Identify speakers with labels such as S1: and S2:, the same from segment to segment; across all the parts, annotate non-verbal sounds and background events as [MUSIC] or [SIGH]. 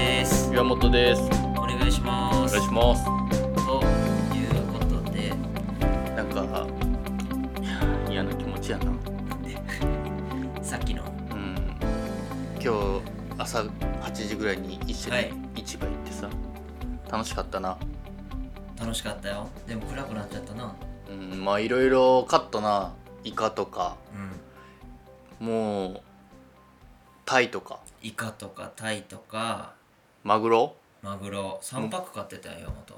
S1: です。
S2: お願いしま
S1: お
S2: す
S1: 願いします。
S2: ということで
S1: なんか嫌な気持ちやな。
S2: [LAUGHS] さっきの
S1: うん。今日朝8時ぐらいに一緒
S2: はい
S1: に市場行ってさ、楽しかったな。
S2: 楽しかったよでも暗くなっちゃったな
S1: うん、まあいろいろ買ったな。イカとか、
S2: うん
S1: もうタイとか、
S2: イカとかタイとか
S1: マグロ。
S2: マグロ3パック買ってたよ元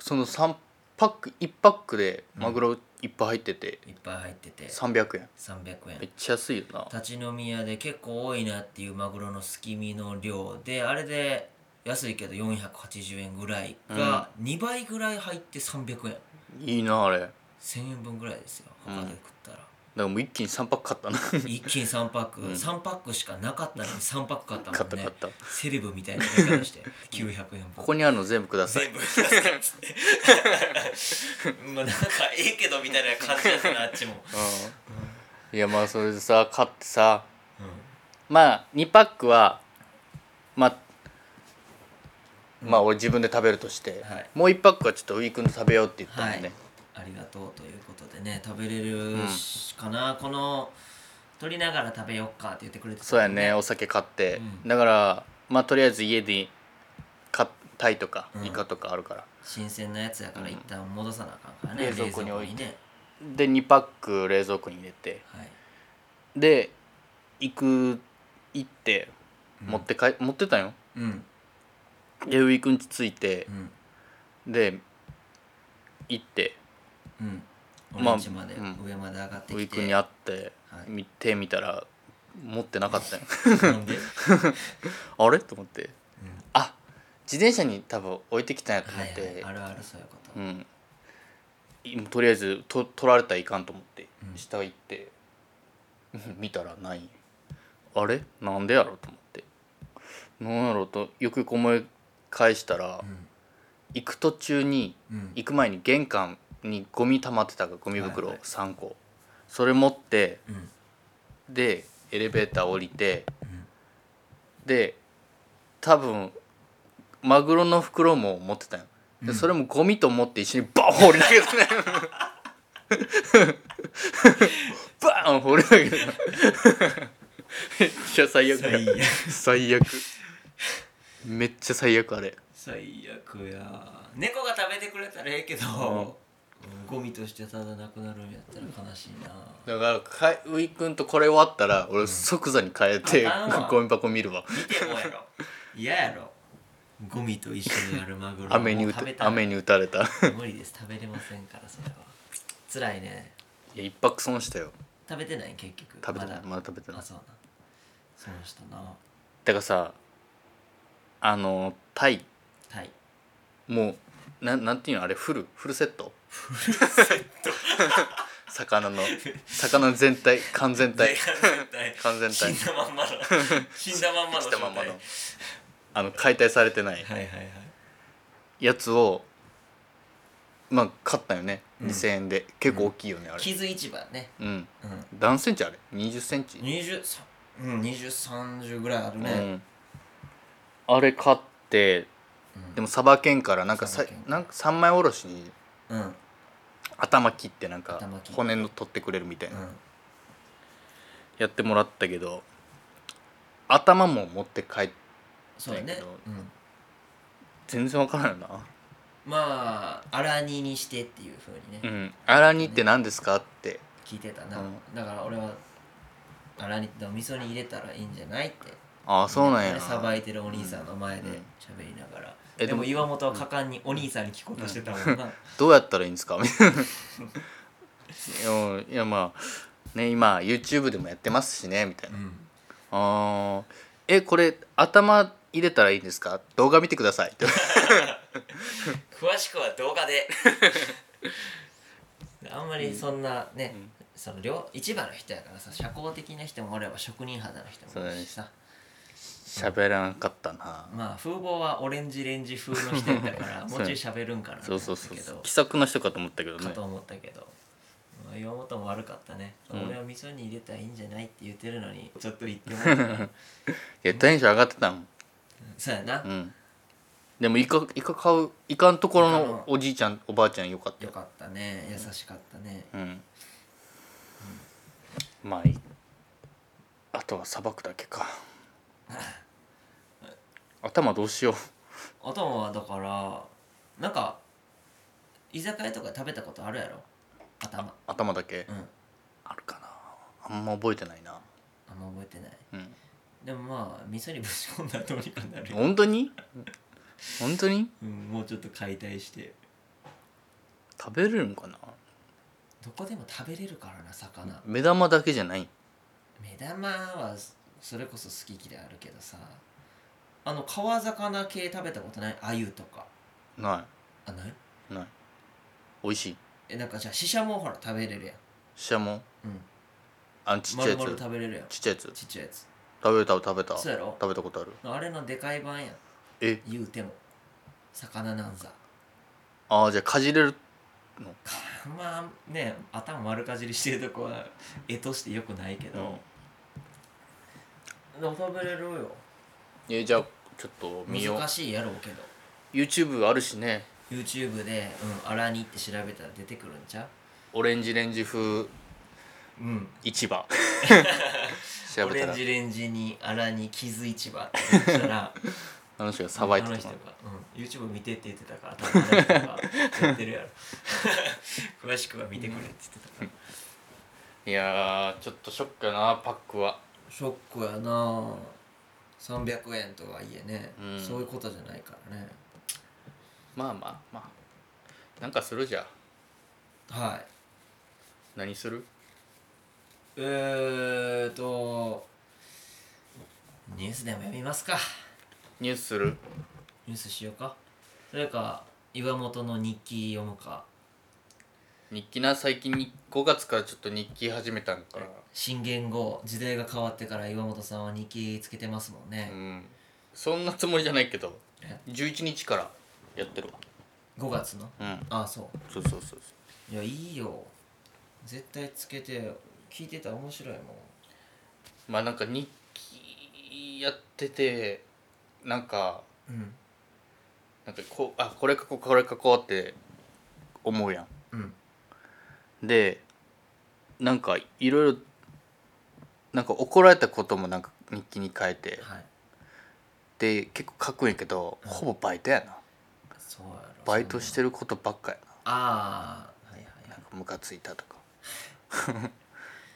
S1: その3パック1パックでマグロいっぱい入ってて
S2: いっぱい入ってて
S1: 300円。
S2: 300
S1: め
S2: 円
S1: っちゃ安いよな。
S2: 立ち飲み屋で結構多いなっていうマグロのすき身の量であれで安いけど480円ぐらいが2倍ぐらい入って300円
S1: いいなあれ。
S2: 1000円分ぐらいですよ
S1: うん
S2: 他で食ったら、
S1: だからもう一気に3パック買ったな
S2: 一気に3パック、
S1: うん
S2: 3パックしかなかったのに3パック買った
S1: 買っ
S2: も
S1: た
S2: ん
S1: 買
S2: ね
S1: ったこ
S2: セレブみたいな言い方
S1: [LAUGHS]
S2: して900円分
S1: こにあるの全部ください
S2: 全部 [LAUGHS] まあなんかええけどみたいな感じだったなあっちも、
S1: うんいやまあそれでさ買ってさ
S2: う
S1: まあ2パックはまあまあ俺自分で食べるとして、
S2: はい
S1: もう1パックはちょっとウィークンで食べようって言ったもんね、
S2: ん、ありがとうということでね食べれる
S1: うん
S2: しかな、この取りながら食べよっかって言ってくれてた
S1: そうやねお酒買って、
S2: うん
S1: だからまあとりあえず家で買っタイとか
S2: うん
S1: イカとかあるから、
S2: 新鮮なやつやから一旦戻さなあかんから
S1: う
S2: ね
S1: ん冷蔵庫に置いて
S2: 冷蔵庫
S1: で2パック冷蔵庫に入れて
S2: はい
S1: で行く行って
S2: うん
S1: 持って帰、持ってたんよ
S2: うん
S1: でウィークンち着いて
S2: う、ん
S1: で行って
S2: うん
S1: まあ
S2: オレンジまで、
S1: うん
S2: 上まで上がって
S1: ウィ
S2: き
S1: ークン
S2: て
S1: に会って、
S2: はい
S1: 見てみたら持ってなかったよ [LAUGHS]
S2: なんで、
S1: あれと思って
S2: うん
S1: あ自転車に多分置いてきたんやと思
S2: は
S1: って、
S2: い、はい、あるあるそういうこと、
S1: うん今とりあえずと取られたらいかんと思って、
S2: うん
S1: 下行って [LAUGHS] うん見たらないあれなんでやろと思ってなんやろとよくよく思い返したら、行く途中に
S2: うんうん
S1: 行く前に玄関にゴミ溜まってたからゴミ袋
S2: はいはい
S1: 3個、それ持って
S2: うん
S1: でエレベーター降りて
S2: うん
S1: で多分マグロの袋も持ってたよ
S2: う
S1: で、
S2: ん
S1: それもゴミと思って一緒にバーン放り投げてねバーン放り投げてためっちゃ最悪や
S2: 最悪
S1: 最悪めっちゃ最悪あれ
S2: 最悪や猫が食べてくれたらええけど、うんゴミとしてただなくなるんやったら悲しいな
S1: だからかいウイ君とこれ終わったら俺即座に変えて、
S2: ああ
S1: ゴミ箱見るわ
S2: 見てもや
S1: [LAUGHS]
S2: ろ嫌やろゴミと一緒にあるマグロ
S1: 雨に
S2: もう
S1: 打
S2: 食べ
S1: て
S2: たら
S1: 雨に打たれたい
S2: 無理です食べれませんからそれは辛いね
S1: や一泊損したよ
S2: 食べてない結局
S1: 食べてない
S2: ま
S1: まだ食べて
S2: だ
S1: な
S2: あ
S1: い
S2: そうなそうしたな
S1: だからさあのタイ
S2: はい
S1: もうなんなんていうのあれフルフルセットフルセット [LAUGHS] 魚の魚全体完全体 [LAUGHS] 完全体
S2: 死んだまんま
S1: [LAUGHS]
S2: の死んだまんまの
S1: 生きたまんまの
S2: 状
S1: あの解体されてない
S2: 態はいはいはい
S1: やつをまあ買ったよね、
S2: うん
S1: 2,000円で結構大きいよねあれ
S2: 傷市場ね
S1: うん
S2: うん
S1: 何センチあれ20センチ、
S2: 20うん2030ぐらいある
S1: う
S2: ね、
S1: ん、あれ買って
S2: うん
S1: でもサバ犬からなんかさ
S2: サバ犬
S1: なんか3枚おろしに
S2: うんうん
S1: 頭切ってなんか
S2: 頭切って
S1: 骨の取ってくれるみたいな、やってもらったけど頭も持って帰っ
S2: そうや
S1: だ
S2: ね
S1: けど、
S2: うん、
S1: 全然わからんよな
S2: まあ荒煮にしてっていうふうに
S1: う
S2: ね、
S1: ん「荒煮って何ですか?」って
S2: 聞いてたな、
S1: うん
S2: だから俺は荒煮ってお味噌に入れたらいいんじゃないって
S1: 「ああそうなんや
S2: ねさばいてるお兄さんの前で喋りながら、
S1: え
S2: でも
S1: でも
S2: 岩本は果敢にお兄さんに聞こうとしてたもんな、
S1: どうやったらいいんですか?」みたいな [LAUGHS] うんいやまあね今 YouTube でもやってますしねみたいな「あーえこれ頭入れたらいいんですか動画見てください」
S2: [LAUGHS]
S1: って
S2: 詳しくは動画で [LAUGHS] あんまりそんなね、その両市場の人やからさ社交的な人もおれば職人肌の人もおるしさ、
S1: 喋らなかったな
S2: まあ風貌はオレンジレンジ風の人やったから
S1: [LAUGHS]
S2: も
S1: そう
S2: う
S1: や
S2: ちょい喋るんかなと思
S1: そう
S2: った
S1: そうそう
S2: け
S1: そう
S2: ど
S1: 気さくな人かと思ったけど
S2: か
S1: ね
S2: と思ったけど、まあ、岩本も悪かったね、
S1: うん
S2: 俺は味噌に入れたらいいんじゃないって言ってるのに
S1: [LAUGHS]
S2: ちょっと言ってもらった
S1: いやテンション上がってたもん
S2: そうやな、
S1: うんでもイカイカ買うイカのところのおじいちゃんおばあちゃんよかった
S2: よ
S1: よ、
S2: かったね優しかったね
S1: うん、まあいいあとはさばくだけか頭どうしよう
S2: 頭はだからなんか居酒屋とか食べたことあるやろ頭
S1: 頭だけ
S2: うん
S1: あるかなあんま覚えてないな
S2: あんま覚えてない
S1: うん
S2: でもまあ味噌にぶち込んだらどうにかなるよ、
S1: 本当に本当に
S2: うん、もうちょっと解体して
S1: 食べれるんかな
S2: どこでも食べれるからな魚
S1: 目玉だけじゃない
S2: 目玉はそれこそ好き嫌いあるけどさあの川魚系食べたことない鮎とか
S1: な
S2: あない
S1: いない美味しい
S2: えなんかじゃあシシャモほら食べれるやん
S1: シャモン
S2: うん
S1: あちっちゃい
S2: 丸
S1: や
S2: 々
S1: つ
S2: 食べれるやん
S1: ちっちゃいやつ
S2: ちっちゃいやつ
S1: 食べれた食べた
S2: そうやろ
S1: 食べたことある
S2: あれのでかい版やん
S1: え
S2: 言うても魚なんざ
S1: ああじゃあかじれる
S2: あんまね頭丸かじりしてるとこは絵としてよくないけど、でも食べれるよ
S1: えじゃあちょっと見よ
S2: 難しいやろうけど
S1: う YouTube あるしね
S2: YouTube で「うん、荒煮」って調べたら出てくるんちゃ
S1: オレンジレンジ風
S2: ううん
S1: 市
S2: [LAUGHS]
S1: 場調
S2: オ
S1: べ
S2: レ
S1: た
S2: ン
S1: ら
S2: ジレンジに荒煮傷市場って言ったら
S1: あの人が [LAUGHS] さばいて
S2: あの
S1: た
S2: 人
S1: の
S2: が、うん、YouTube 見てって言ってたから多分あの人がやってる
S1: [LAUGHS]
S2: やろ [LAUGHS] 詳しくは見てくれって言ってたから
S1: いやーちょっとショックやなパックは
S2: ショックやな300円とはいえね、
S1: うん
S2: そういうことじゃないからね
S1: まあまあまあなんかするじゃあ
S2: はい
S1: 何する
S2: えーとニュースでも読みますか
S1: ニュースする
S2: ニュースしようかそれか岩本の日記読むか
S1: 日記な最近に5月からちょっと日記始めたんから
S2: 新元号時代が変わってから岩本さんは日記つけてますもんね
S1: う、んそんなつもりじゃないけど
S2: え
S1: 11日からやってるわ
S2: 5月の
S1: うん
S2: あそう
S1: そうそうそうそう
S2: いやいいよ絶対つけてよ聞いてたら面白いもん
S1: まあなんか日記やっててなんか
S2: うん
S1: なんかこうあこれ書こうこれ書こうって思うや
S2: うん
S1: んでなんかいろいろなんか怒られたこともなんか日記に変えて
S2: はい
S1: で結構書くんやけど
S2: うん
S1: ほぼバイトやな
S2: そうやろ
S1: バイトして
S2: る
S1: ることばっかや
S2: ああはいはい
S1: な
S2: は
S1: ないんかムカついたとか [LAUGHS]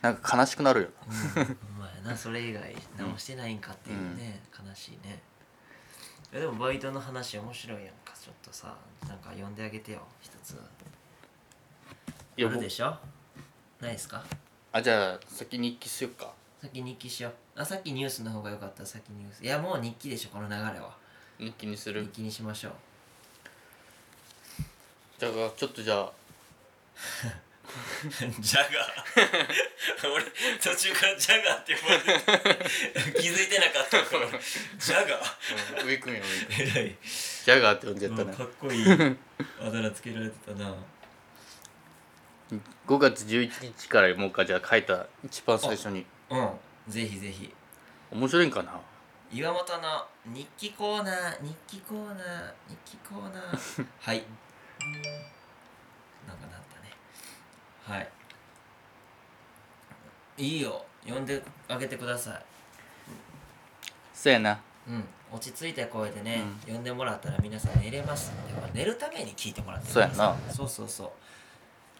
S1: なんか悲しくなるよな
S2: うまいなそれ以外直してないんかっていうね、悲しいねえでもバイトの話面白いやんかちょっとさなんか呼んであげてよ一つ
S1: いや
S2: ある
S1: 僕
S2: でしょないですか
S1: あじゃあ先日記しようか
S2: 先日記しようあさっきニュースの方が良かった先ニュースいやもう日記でしょこの流れは
S1: 日記にす
S2: 日
S1: る
S2: 記にしましょう
S1: じゃあちょっとじゃあ
S2: [LAUGHS] ジャガー [LAUGHS] 俺途中からジャガーって呼ばれて [LAUGHS] 気づいてなかったこれジャガ
S1: うんウィークミンウィークミン
S2: ー偉い
S1: ジャガーって呼んじゃった
S2: うん
S1: ね
S2: かっこ [LAUGHS] いいあだ名つけられてたな
S1: 5月11日からもうかじゃあ書いた一番最初に
S2: うんぜひぜひ
S1: 面白いんかな
S2: 岩本の日記コーナー日記コーナー日記コーナ
S1: [LAUGHS]
S2: ーはいなんかなったねはいいいよ呼んであげてくださ
S1: そうやない
S2: うん落ち着いた声でね、呼んでもらったら皆さん寝れますでも寝るために聞いてもらって
S1: そうやな
S2: くださいそうそうそう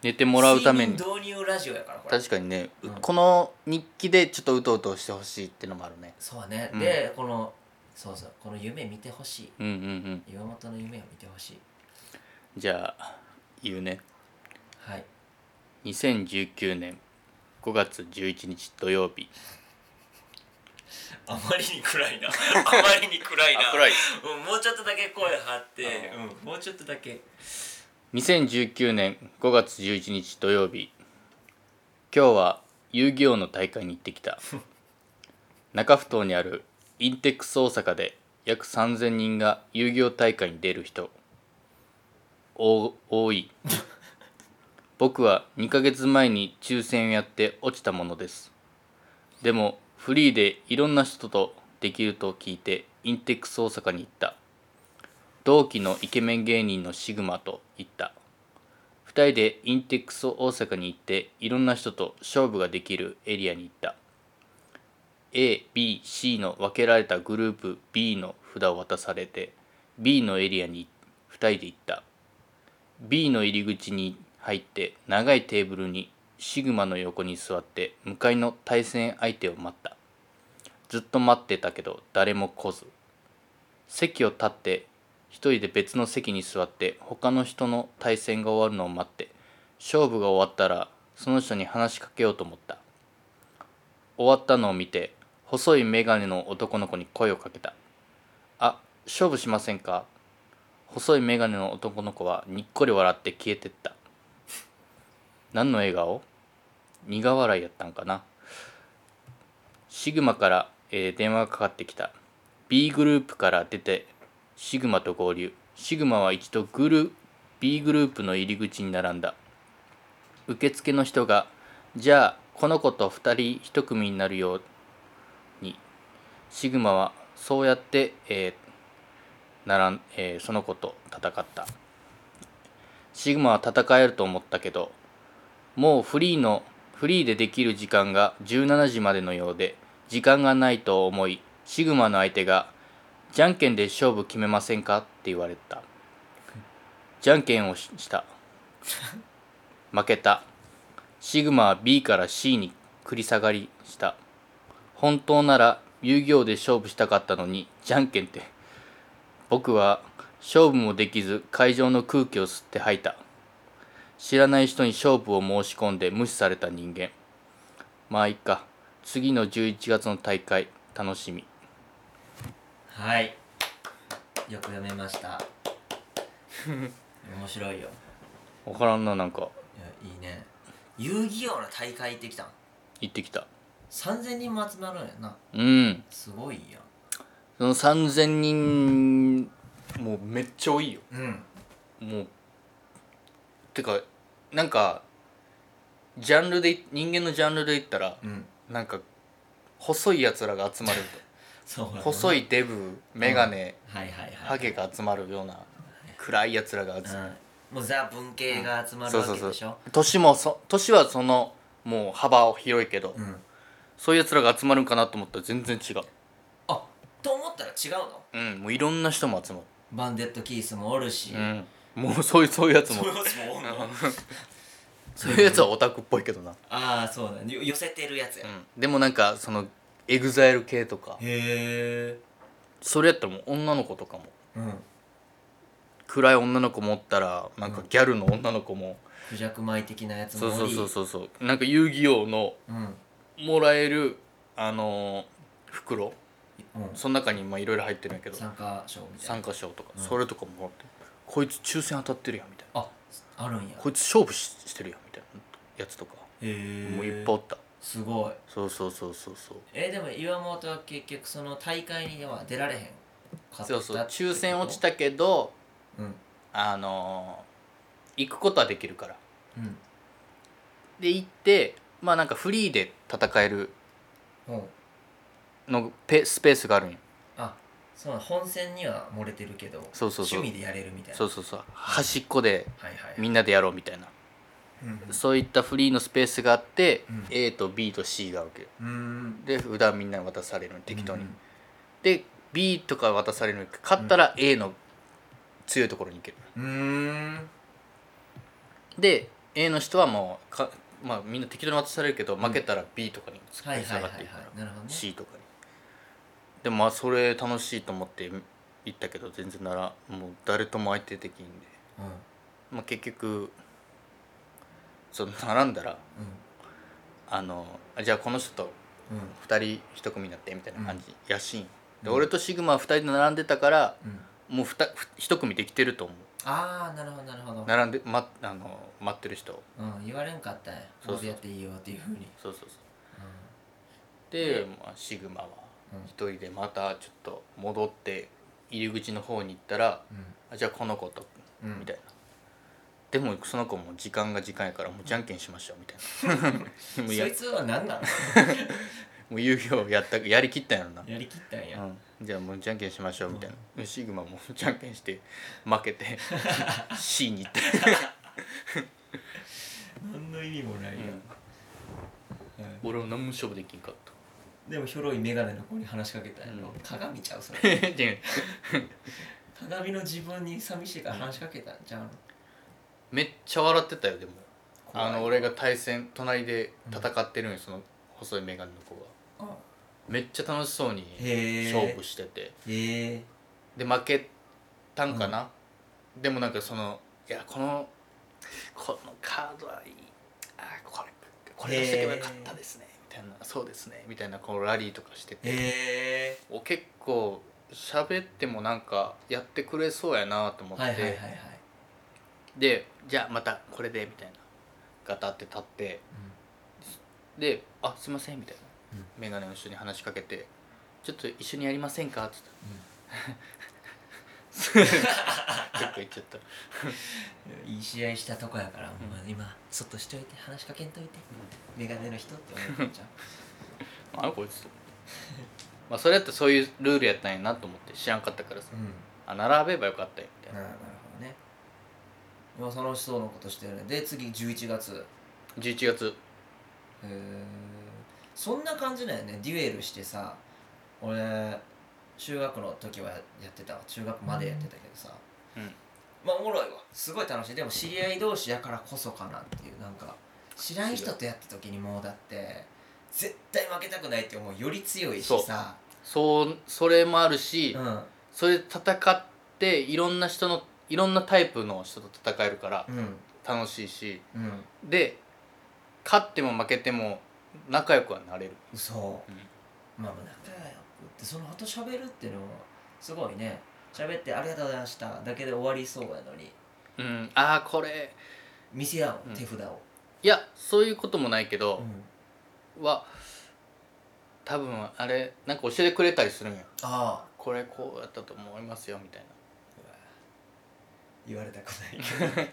S1: 寝てもらうために
S2: 睡眠導入ラジオやからこれ
S1: 確かにね、う
S2: うん
S1: この日記でちょっとうとうとしてほしいってのもあるね
S2: そうね、
S1: うん
S2: でこのそうそうこの夢見てほしい
S1: うんうんうん
S2: 岩本の夢を見てほしい
S1: じゃあ言うね
S2: はい
S1: 2019年5月11日土曜日
S2: あまりに暗いなあまりに暗いな
S1: いう
S2: もうちょっとだけ声張って
S1: て、
S2: もうちょっとだけ
S1: 2019年5月11日土曜日今日は遊戯王の大会に行ってきた中埠頭にあるインテックス大阪で約3000人が遊戯王大会に出る人お多い僕は2ヶ月前に抽選をやって落ちたものですでもフリーでいろんな人とできると聞いてインテックス大阪に行った同期のイケメン芸人のシグマと行った2人でインテックス大阪に行っていろんな人と勝負ができるエリアに行った ABC の分けられたグループ B の札を渡されて B のエリアに2人で行った B の入り口に入って長いテーブルにシグマの横に座って向かいの対戦相手を待ったずっと待ってたけど誰も来ず席を立って一人で別の席に座って他の人の対戦が終わるのを待って勝負が終わったらその人に話しかけようと思った終わったのを見て細い眼鏡の男の子に声をかけた「あ勝負しませんか?」細い眼鏡の男の子はにっこり笑って消えてった何の笑顔苦笑いやったんかなシグマから、えー電話がかかってきた B グループから出てシグマと合流シグマは一度グル B グループの入り口に並んだ受付の人が「じゃあこの子と2人1組になるように」シグマはそうやって、えーならんえーその子と戦ったシグマは戦えると思ったけどもうフリーのフリーでできる時間が17時までのようで時間がないと思いシグマの相手が「じゃんけんで勝負決めませんか?」って言われたじゃんけんをしした負けたシグマは B から C に繰り下がりした本当なら遊戯王で勝負したかったのにじゃんけんって僕は勝負もできず会場の空気を吸って吐いた知らない人に勝負を申し込んで無視された人間まあいっか次の11月の大会楽しみ
S2: はいよく読めました面白いよ
S1: わからんななんか
S2: いやいいね遊戯王の大会行ってきたん
S1: 行ってきた
S2: 3000人も集まるんやな
S1: うん
S2: すごいやん
S1: その3000人もうめっちゃ多いよ
S2: うん
S1: もうてかなんかジャンルで人間のジャンルで言ったら
S2: うん
S1: なんか細いやつらが集まる
S2: そう
S1: と
S2: い
S1: 細いデブメガネ
S2: はいはいはい
S1: ハゲが集まるような暗いやつらが集まる
S2: うん、もうザ文系が集まるわけでしょ、
S1: そうそうそう年もそ年はそのもう幅を広いけど、
S2: うん、
S1: そういうやつらが集まるんかなと思ったら全然違う
S2: あと思ったら違うの
S1: うんもういろんな人も集まる
S2: バンデッドキースもおるし、
S1: うんもうそういうそういうやつも
S2: そういうやつもおんの
S1: そういうやつはオタクっぽいけどな、
S2: ああそうだねよ寄せてるやつや、
S1: でもなんかそのエグザイル系とか
S2: へえ
S1: それやったらもう女の子とかも
S2: うん
S1: 暗い女の子もおったらなんかギャルの女の子も、
S2: クジャク舞的なやつ
S1: そ
S2: も
S1: う
S2: お
S1: そう
S2: り
S1: そうそうそうなんか遊戯王の
S2: うんうん
S1: もらえるあのー袋その中にまあいろいろ入ってるんやけど
S2: 参加賞みたい
S1: 参
S2: な
S1: 加賞とか、それとかもらってこいつ抽選当たってるやんみたいな
S2: ああるんや
S1: こいつ勝負ししてるやんみたいなやつとか
S2: へえ
S1: もういっぱいおった
S2: すごい
S1: そうそうそうそうそう
S2: えー、でも岩本は結局その大会には出られへんかったって
S1: そ
S2: こ
S1: う
S2: と
S1: そう抽選落ちたけど
S2: うん
S1: あのー行くことはできるから
S2: うん
S1: で行ってまあなんかフリーで戦える
S2: ほう
S1: のペスペースがあるんよ
S2: あそうなの本戦には漏れてるけど
S1: そうそうそう
S2: 趣味でやれるみたいな
S1: そうそうそう端っこで
S2: はいはいはい
S1: みんなでやろうみたいな
S2: うん
S1: そういったフリーのスペースがあって、
S2: うん
S1: A と B と C があるわけよ
S2: うん
S1: で普段みんなに渡されるの適当に、
S2: うん
S1: で B とか渡されるのに勝ったら A の強いところに行ける、
S2: うーん
S1: で A の人はもうか、まあ、みんな適当に渡されるけど負けたら B とかに突
S2: は
S1: っ
S2: い
S1: り
S2: は
S1: 下
S2: い
S1: が
S2: はい
S1: っ
S2: は
S1: てい
S2: い
S1: くから、
S2: なるほどね
S1: C とかにでもまあそれ楽しいと思って行ったけど全然ならもう誰とも相手できんで、
S2: うんうん
S1: まあ、結局その並んだらあのあじゃあこの人と
S2: うん
S1: 2人1組になってみたいな感じ、やしいんで俺とシグマは2人で並んでたから
S2: うん
S1: もうふたふ1組できてると思う
S2: ああなるほどなるほど
S1: 並んで、ま、あの待ってる人
S2: うん言われんかったんや
S1: そうそう
S2: こうでやっていいよっていうふうに
S1: そうそうそうで、まあ、シグマは
S2: うん
S1: 一人でまたちょっと戻って入り口の方に行ったらあじゃあこの子と
S2: うんうん
S1: みたいな、でもその子も時間が時間やからもうじゃんけんしましょうみたい [LAUGHS] なもう
S2: そ
S1: や
S2: いつは何なの
S1: もう遊戯王やったやりきったんやろな
S2: やりきったんや
S1: うんじゃあもうじゃんけんしましょうみたいな、シグマもじゃんけんして負け [LAUGHS] て C に行って
S2: 何の意味もないや、うん
S1: 俺は何も勝負できんかった
S2: でもひょろい眼鏡の子に話しかけたんやろ、
S1: うん
S2: 鏡ちゃう
S1: [LAUGHS]
S2: それ
S1: [LAUGHS] で
S2: 鏡の自分に寂しいから話しかけたんちゃうの
S1: めっちゃ笑ってたよでも
S2: 怖い
S1: あの俺が対戦隣で戦ってるんよ、その細い眼鏡の子が
S2: あ
S1: めっちゃ楽しそうに
S2: へえ
S1: 勝負してて
S2: へえ
S1: で負けたんかな、でもなんかそのいやこのこのカードはいいあこれこれ出してけばよかったですねみたいなそうですねみたいなこうラリーとかしてて
S2: へえ
S1: お結構喋ってもなんかやってくれそうやなと思って、
S2: はいはいはいはい、
S1: でじゃあまたこれでみたいなガタって立ってで「あすいません」みたいな、
S2: うん
S1: メガネの人に話しかけて「ちょっと一緒にやりませんか?」って
S2: [LAUGHS]
S1: 言ったどっか行っちゃった
S2: うんいい試合したとこやから、ほんま今そっとしといて話しかけんといて、眼鏡の人って思っちゃう
S1: あこいつまあそれやったらそういうルールやったんやなと思って知らんかったからさ [LAUGHS]
S2: うん
S1: あ並べばよかったよみたい
S2: な
S1: な
S2: なるほどね今楽しそうなことしてるねで次11月
S1: 11月
S2: へえそんな感じだよねデュエルしてさ俺中学の時はやってたわ中学までやってたけどさ
S1: うん
S2: まあおもろいわすごい楽しいでも知り合い同士やからこそかなっていうなんか知らん人とやった時にもうだって絶対負けたくないって思うより強いしさ
S1: そうそれもあるし、
S2: うん
S1: それで戦っていろんな人のいろんなタイプの人と戦えるから
S2: うん
S1: 楽しいし
S2: うん
S1: で勝っても負けても仲良くはなれる
S2: 嘘
S1: うん
S2: まあまあ仲良くってその後喋るっていうのもすごいね喋って「ありがとうございました」だけで終わりそうやのに
S1: うんああこれ
S2: 見せ合う
S1: うん
S2: 手札を、
S1: いやそういうこともないけど、
S2: うん
S1: は多分あれなんか教えてくれたりするんや
S2: ああ
S1: これこうやったと思いますよみたいな
S2: 言われたくない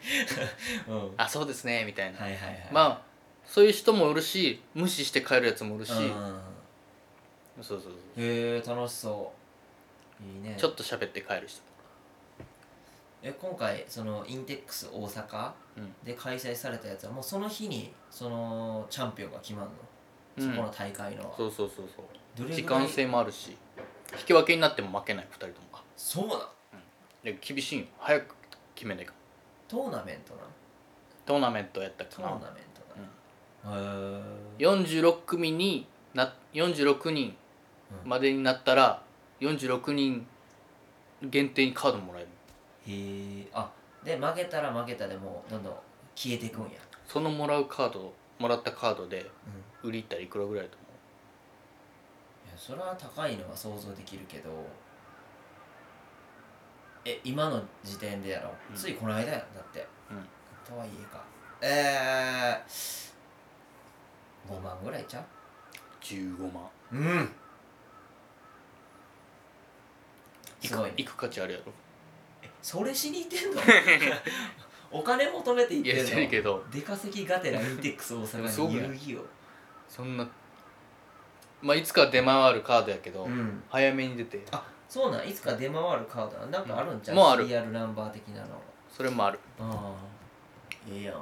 S2: け
S1: [LAUGHS]
S2: ど、うん、
S1: あそうですねみたいな、
S2: はいはいはいあ
S1: まあそういう人もおるし無視して帰るやつもおるし、そうそうそう
S2: へえ楽しそういいね
S1: ちょっと喋って帰る人
S2: え今回そのインテックス大阪
S1: うん
S2: で開催されたやつはもうその日にそのチャンピオンが決まるの、
S1: うん
S2: そこの大会の
S1: そうそうそうそう
S2: どれぐらい
S1: 時間制もあるし引き分けになっても負けない2人ともが
S2: そうなん
S1: で厳しいんよ早く決めないかん
S2: トーナメントなん
S1: トーナメントやった
S2: トー
S1: かな
S2: ナメントなんへえ
S1: 46組にな46人
S2: うん
S1: までになったら46人限定にカードもらえる
S2: へえあで負けたら負けたでもうどんどん消えていくんや、
S1: そのもらうカードもらったカードで
S2: うん
S1: 売り行ったらいくらぐらいだと
S2: いやそれは高いのは想像できるけどえ今の時点でやろ、
S1: うん
S2: ついこの間やんだって、
S1: うん
S2: とはいえかえー、5万ぐらいちゃ
S1: 思う15万
S2: ううん
S1: い
S2: す
S1: く
S2: ごいね
S1: 行く価値あるやろ
S2: それしに行ってんの [LAUGHS] お金求めて行っ
S1: いやして
S2: て
S1: る
S2: んの
S1: けど
S2: 出稼ぎがてらインテックス大
S1: でもす
S2: 阪
S1: ごく
S2: に
S1: ない
S2: 遊戯
S1: そんなまあいつか出回るカードやけど、
S2: 王うん
S1: 早めに出て
S2: あそうなんいつか出回るカードなんなんかあるんちゃう、
S1: もうある
S2: シリアルナンバー的なの
S1: それもある
S2: ああええやんか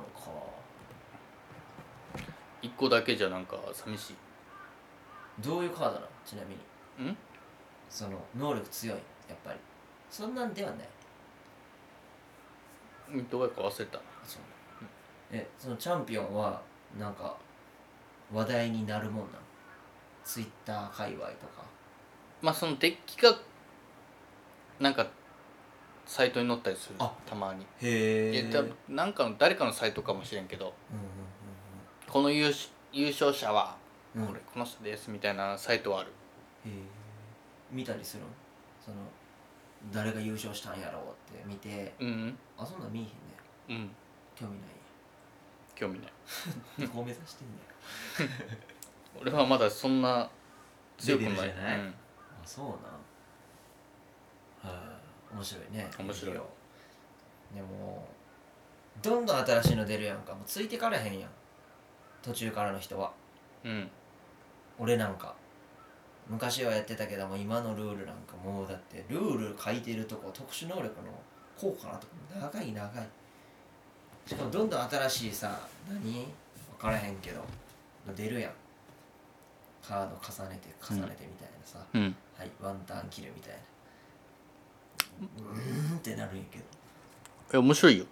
S1: 1個だけじゃなんか寂し
S2: どういうカードなのちなみに
S1: いん
S2: その能力強いやっぱりそんなんではない
S1: うんどうやか忘れた
S2: あそうえそのチャンピオンはなんか話題になるもんなのツイッター界隈とか
S1: まあそのデッキがなんかサイトに載ったりする
S2: あ
S1: たまに
S2: へ
S1: いや多分なんかの誰かのサイトかもしれんけどこの優勝優勝者は
S2: うんうんうんうん
S1: これこの人ですみたいなサイトはある
S2: へえ見たりするんその誰が優勝したんやろうって見て
S1: うん
S2: あそんなん見えへんね
S1: うん
S2: 興味ない
S1: 興味ない
S2: どこ目指してんねん
S1: 俺はまだそんな強くもな
S2: レ
S1: い
S2: ベルじゃない
S1: うん
S2: あそうなんはあ面白いね
S1: 面白い
S2: よでもどんどん新しいの出るやんかもうついてからへんやん途中からの人は
S1: うん
S2: 俺なんか昔はやってたけども今のルールなんかもうだってルール書いてるとこ特殊能力の効果なとこ長い長いしかもどんどん新しいさ何分からへんけど出るやんカード重ねて重ねてみたいなさ、
S1: うん
S2: はいワンタン切るみたいなうーんってなるんやけど
S1: え面白いよ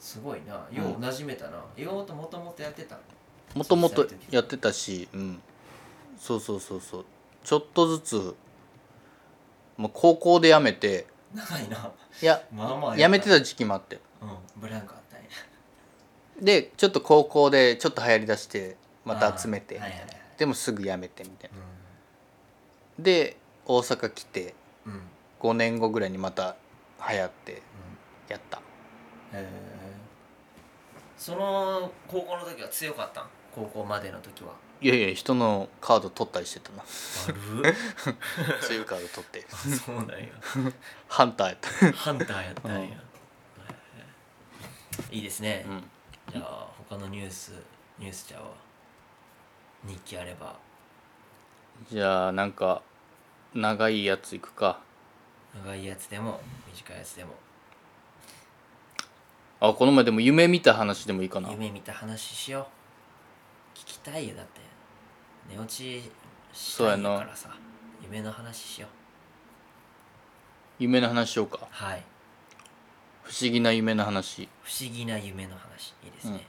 S2: すごいなようなじめたな、ようともともとやってた
S1: もともとやってたし、うん、そうそうそうそうちょっとずつ、まあ、高校で辞めて
S2: 長いな [LAUGHS]
S1: いや
S2: まあまあ
S1: 辞めて
S2: た
S1: た時期もあって
S2: うんブランクあったんや
S1: でちょっと高校でちょっと流行りだしてまた集めて、
S2: あーはいはいはい
S1: でもすぐ辞めてみたいなで大阪来て
S2: うんうんうん
S1: 5年後ぐらいにまた流行ってやった
S2: へえその高校の時は強かったん高校までの時はい
S1: やいや人のカード取ったりしてた [LAUGHS]
S2: あ
S1: な
S2: る
S1: そういうカード取って
S2: [LAUGHS] そうなんや
S1: ハンターやった、
S2: ハンターやったんや、
S1: うん
S2: へえいいですね、
S1: うん、
S2: じゃあ他のニュースニュースちゃうわ日記あれば
S1: じゃあなんか長いやついくか
S2: 長いやつでも短いやつでも
S1: あこの前でも夢見た話でもいいかな
S2: 夢見た話しよう聞きたいよだって寝落ちしたいんやからさ夢の話しよう
S1: 夢の話しようか
S2: はい
S1: 不思議な夢の話、
S2: 不思議な夢の話いいですね、
S1: うん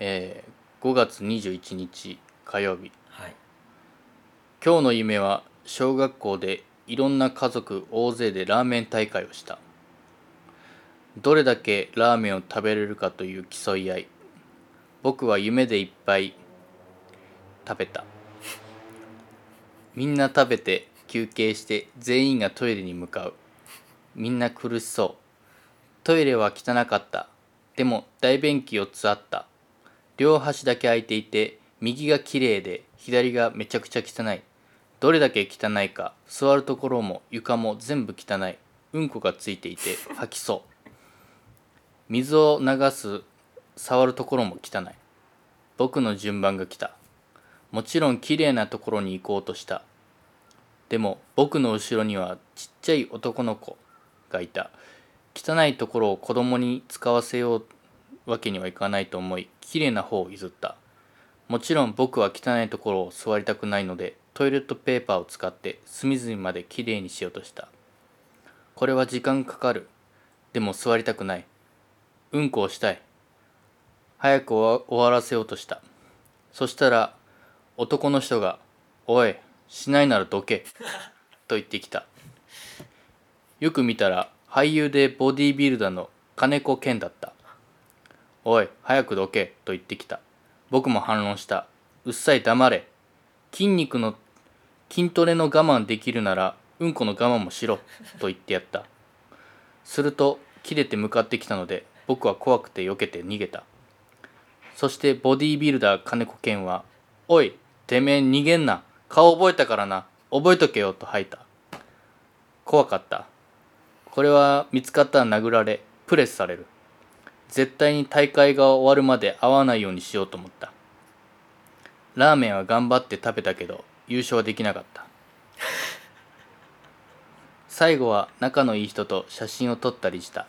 S1: えー5月21日火曜日
S2: はい
S1: 今日の夢は小学校でいろんな家族大勢でラーメン大会をしたどれだけラーメンを食べれるかという競い合い僕は夢でいっぱい食べたみんな食べて休憩して全員がトイレに向かうみんな苦しそうトイレは汚かったでも大便器4つあった両端だけ空いていて右が綺麗で左がめちゃくちゃ汚いどれだけ汚いか座るところも床も全部汚いうんこがついていて吐きそう水を流す触るところも汚い僕の順番が来たもちろん綺麗なところに行こうとしたでも僕の後ろにはちっちゃい男の子がいた汚いところを子供に使わせようわけにはいかないと思い綺麗な方を譲ったもちろん僕は汚いところを座りたくないのでトイレットペーパーを使って隅々まで綺麗にしようとしたこれは時間かかるでも座りたくないうんこをしたい早く終わ終わらせようとしたそしたら男の人が「おいしないならどけ」と言ってきたよく見たら俳優でボディービルダーの金子健だったおい、早くどけ、と言ってきた。僕も反論した。うっさい黙れ。筋肉の、筋トレの我慢できるなら、うんこの我慢もしろ、と言ってやった。すると、切れて向かってきたので、僕は怖くて避けて逃げた。そして、ボディービルダー金子健は、おい、てめえ逃げんな。顔覚えたからな。覚えとけよ、と吐いた。怖かった。これは見つかったら殴られ、プレスされる。絶対に大会が終わるまで会わないようにしようと思ったラーメンは頑張って食べたけど優勝はできなかった最後は仲のいい人と写真を撮ったりした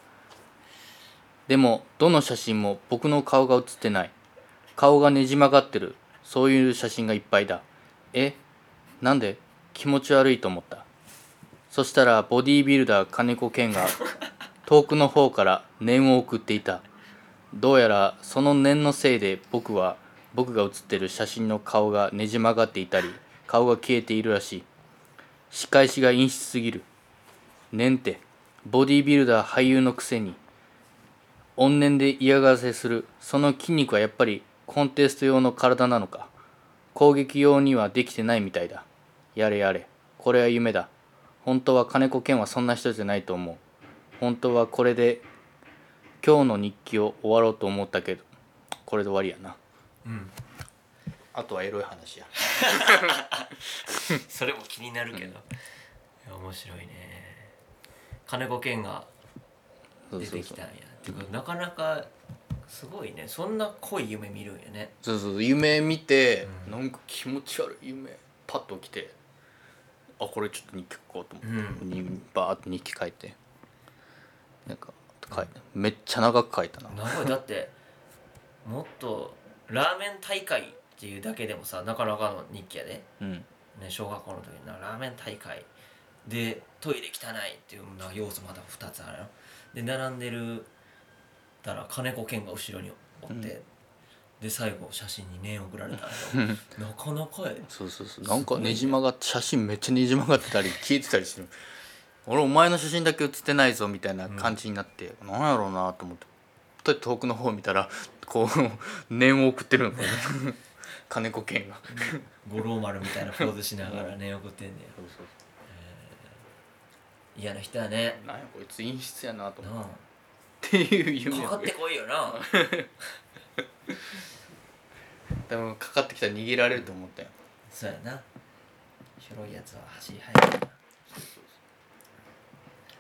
S1: でもどの写真も僕の顔が写ってない顔がねじ曲がってるそういう写真がいっぱいだえなんで気持ち悪いと思ったそしたらボディービルダー金子健が遠くの方から念を送っていたどうやらその念のせいで僕は僕が写ってる写真の顔がねじ曲がっていたり顔が消えているらしい仕返しが陰湿すぎる念ってボディービルダー俳優のくせに怨念で嫌がらせするその筋肉はやっぱりコンテスト用の体なのか攻撃用にはできてないみたいだやれやれこれは夢だ本当は金子健はそんな人じゃないと思う本当はこれで今日の日記を終わろうと思ったけどこれで終わりやな
S2: うん
S1: あとはエロい話や
S2: それも気になるけど、いや面白いね金子健が
S1: そう
S2: 出
S1: そ
S2: て
S1: う
S2: き
S1: そ
S2: たん
S1: う
S2: やてかなかなかすごいねそんな濃い夢見るんやね
S1: そうそう夢見て、なんか気持ち悪い夢パッと起きてあこれちょっと日記書こうと思っ
S2: う
S1: て、
S2: ん
S1: にバーッと日記書いてなんか書いめっちゃ長く書いたな
S2: 名古屋だってもっとラーメン大会っていうだけでもさなかなかの日記やで、
S1: うん
S2: ね、小学校の時になラーメン大会でトイレ汚いっていうな要素まだ2つあるよで並んでるたら金子健が後ろにおって、
S1: うん
S2: で最後写真に念送られた
S1: う
S2: の
S1: [LAUGHS] ん
S2: なかなかやで
S1: そうそうそうなんかねじ曲がって写真めっちゃねじ曲がってたり消えてたりしてる俺お前の写真だけ写ってないぞみたいな感じになって、なんやろうなと思ってと遠くの方見たらこう [LAUGHS] 念を送ってるのかな金子健が
S2: 五郎丸みたいなポーズしながら念送ってんね
S1: そうそう
S2: や嫌な人やね
S1: なんやこいつ陰湿やなと思っ
S2: なあ
S1: てっていう夢
S2: かか
S1: を
S2: ってこいよな
S1: 多分かかってきたら逃げられると思ったよ
S2: そうやな広いやつは走り速いな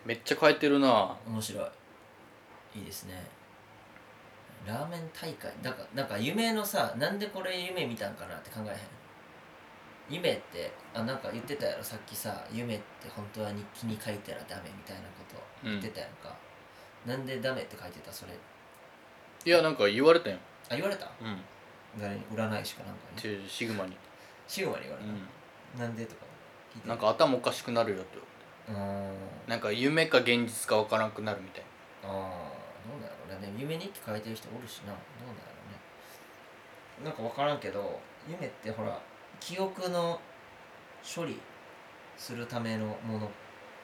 S1: めっちゃ変えてるな
S2: 面白いいいですねラーメン大会なんかなんか夢のさなんでこれ夢見たんかなって考えへん夢ってあなんか言ってたやろさっきさ夢って本当は日記に書いたらダメみたいなこと言ってたやんか、なんでダメって書いてたそれ
S1: いやなんか言われたよ、
S2: あ言われた
S1: うん、
S2: 誰に占い師かなんかに
S1: ちシグマに、
S2: シグマに言われた、な
S1: う
S2: んでとか聞いて
S1: ん、なんか頭おかしくなるよと
S2: うーん
S1: なんか夢か現実かわからなくなるみたい
S2: ああどうなんやろうねでも夢日記書いてる人おるしなどうなんやろうねなんか分からんけど夢ってほら記憶の処理するためのものっ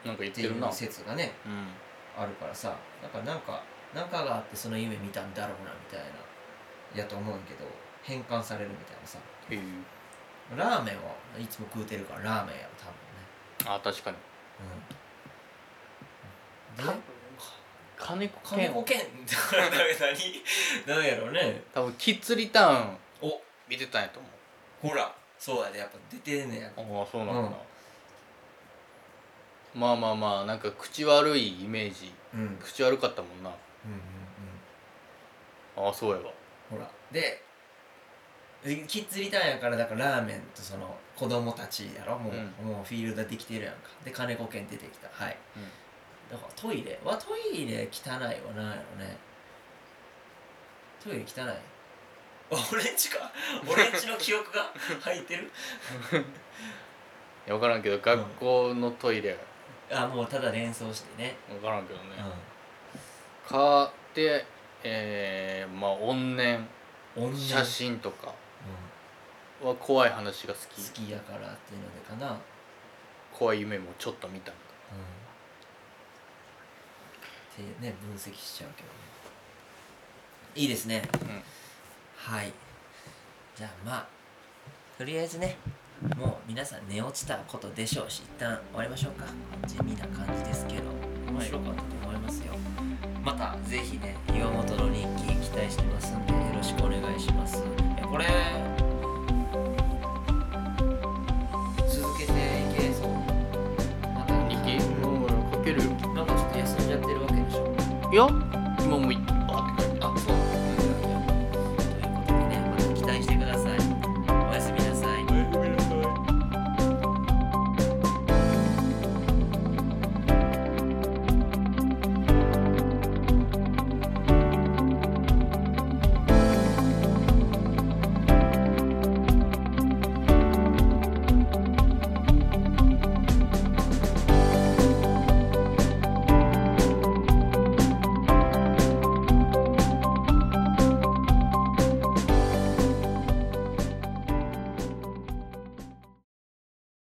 S1: ななんか言って
S2: てい
S1: る
S2: う
S1: な
S2: 説がね
S1: うん
S2: あるからさだからなんかなんかがあってその夢見たんだろうなみたいなやと思うんけど変換されるみたいなさ
S1: へえ
S2: ラーメンはいつも食うてるからラーメンやろ多分
S1: あ確かに
S2: ねうんで
S1: 金子
S2: 金
S1: 健
S2: 子健ってこれ何 [LAUGHS] 何やろうね
S1: 多分キッズリターン
S2: お
S1: 見てたんやと思う
S2: ほらそうやでやっぱ出てんねや
S1: ああそうなんだな、まあまあまあなんか口悪いイメージ
S2: うんうんうんうん
S1: 口悪かったもんなああそうやわ
S2: ほらででキッズリターンやからだからラーメンとその子供たちやろもう,、
S1: う
S2: もうフィールドできてるやんかで金子犬出てきたはい、
S1: うん
S2: だからトイレはトイレ汚いわなんやろねトイレ汚いあ俺んち [LAUGHS] か俺んちの記憶が入ってる
S1: いや分からんけど学校のトイレ
S2: あもうただ連想してね
S1: 分からんけどね、
S2: う
S1: かでえー、まあ怨念
S2: ん女
S1: 写真とか
S2: う
S1: は怖い話が好
S2: ん、好
S1: き
S2: きやからっていうのでかな
S1: 怖い夢もちょっと見た
S2: うん、ってね分析しちゃうけどねいいですね、
S1: ん
S2: はいじゃあまあとりあえずねもう皆さん寝落ちたことでしょうし一旦終わりましょうか地味な感じですけど面白かったと思いますよまたぜひね岩本の日記期待してますんでよろしくお願いしますえこれ続けていけそうまた
S1: 日記もうかけるよ
S2: なんかちょっと休んじゃってるわけでしょ
S1: いや今もうい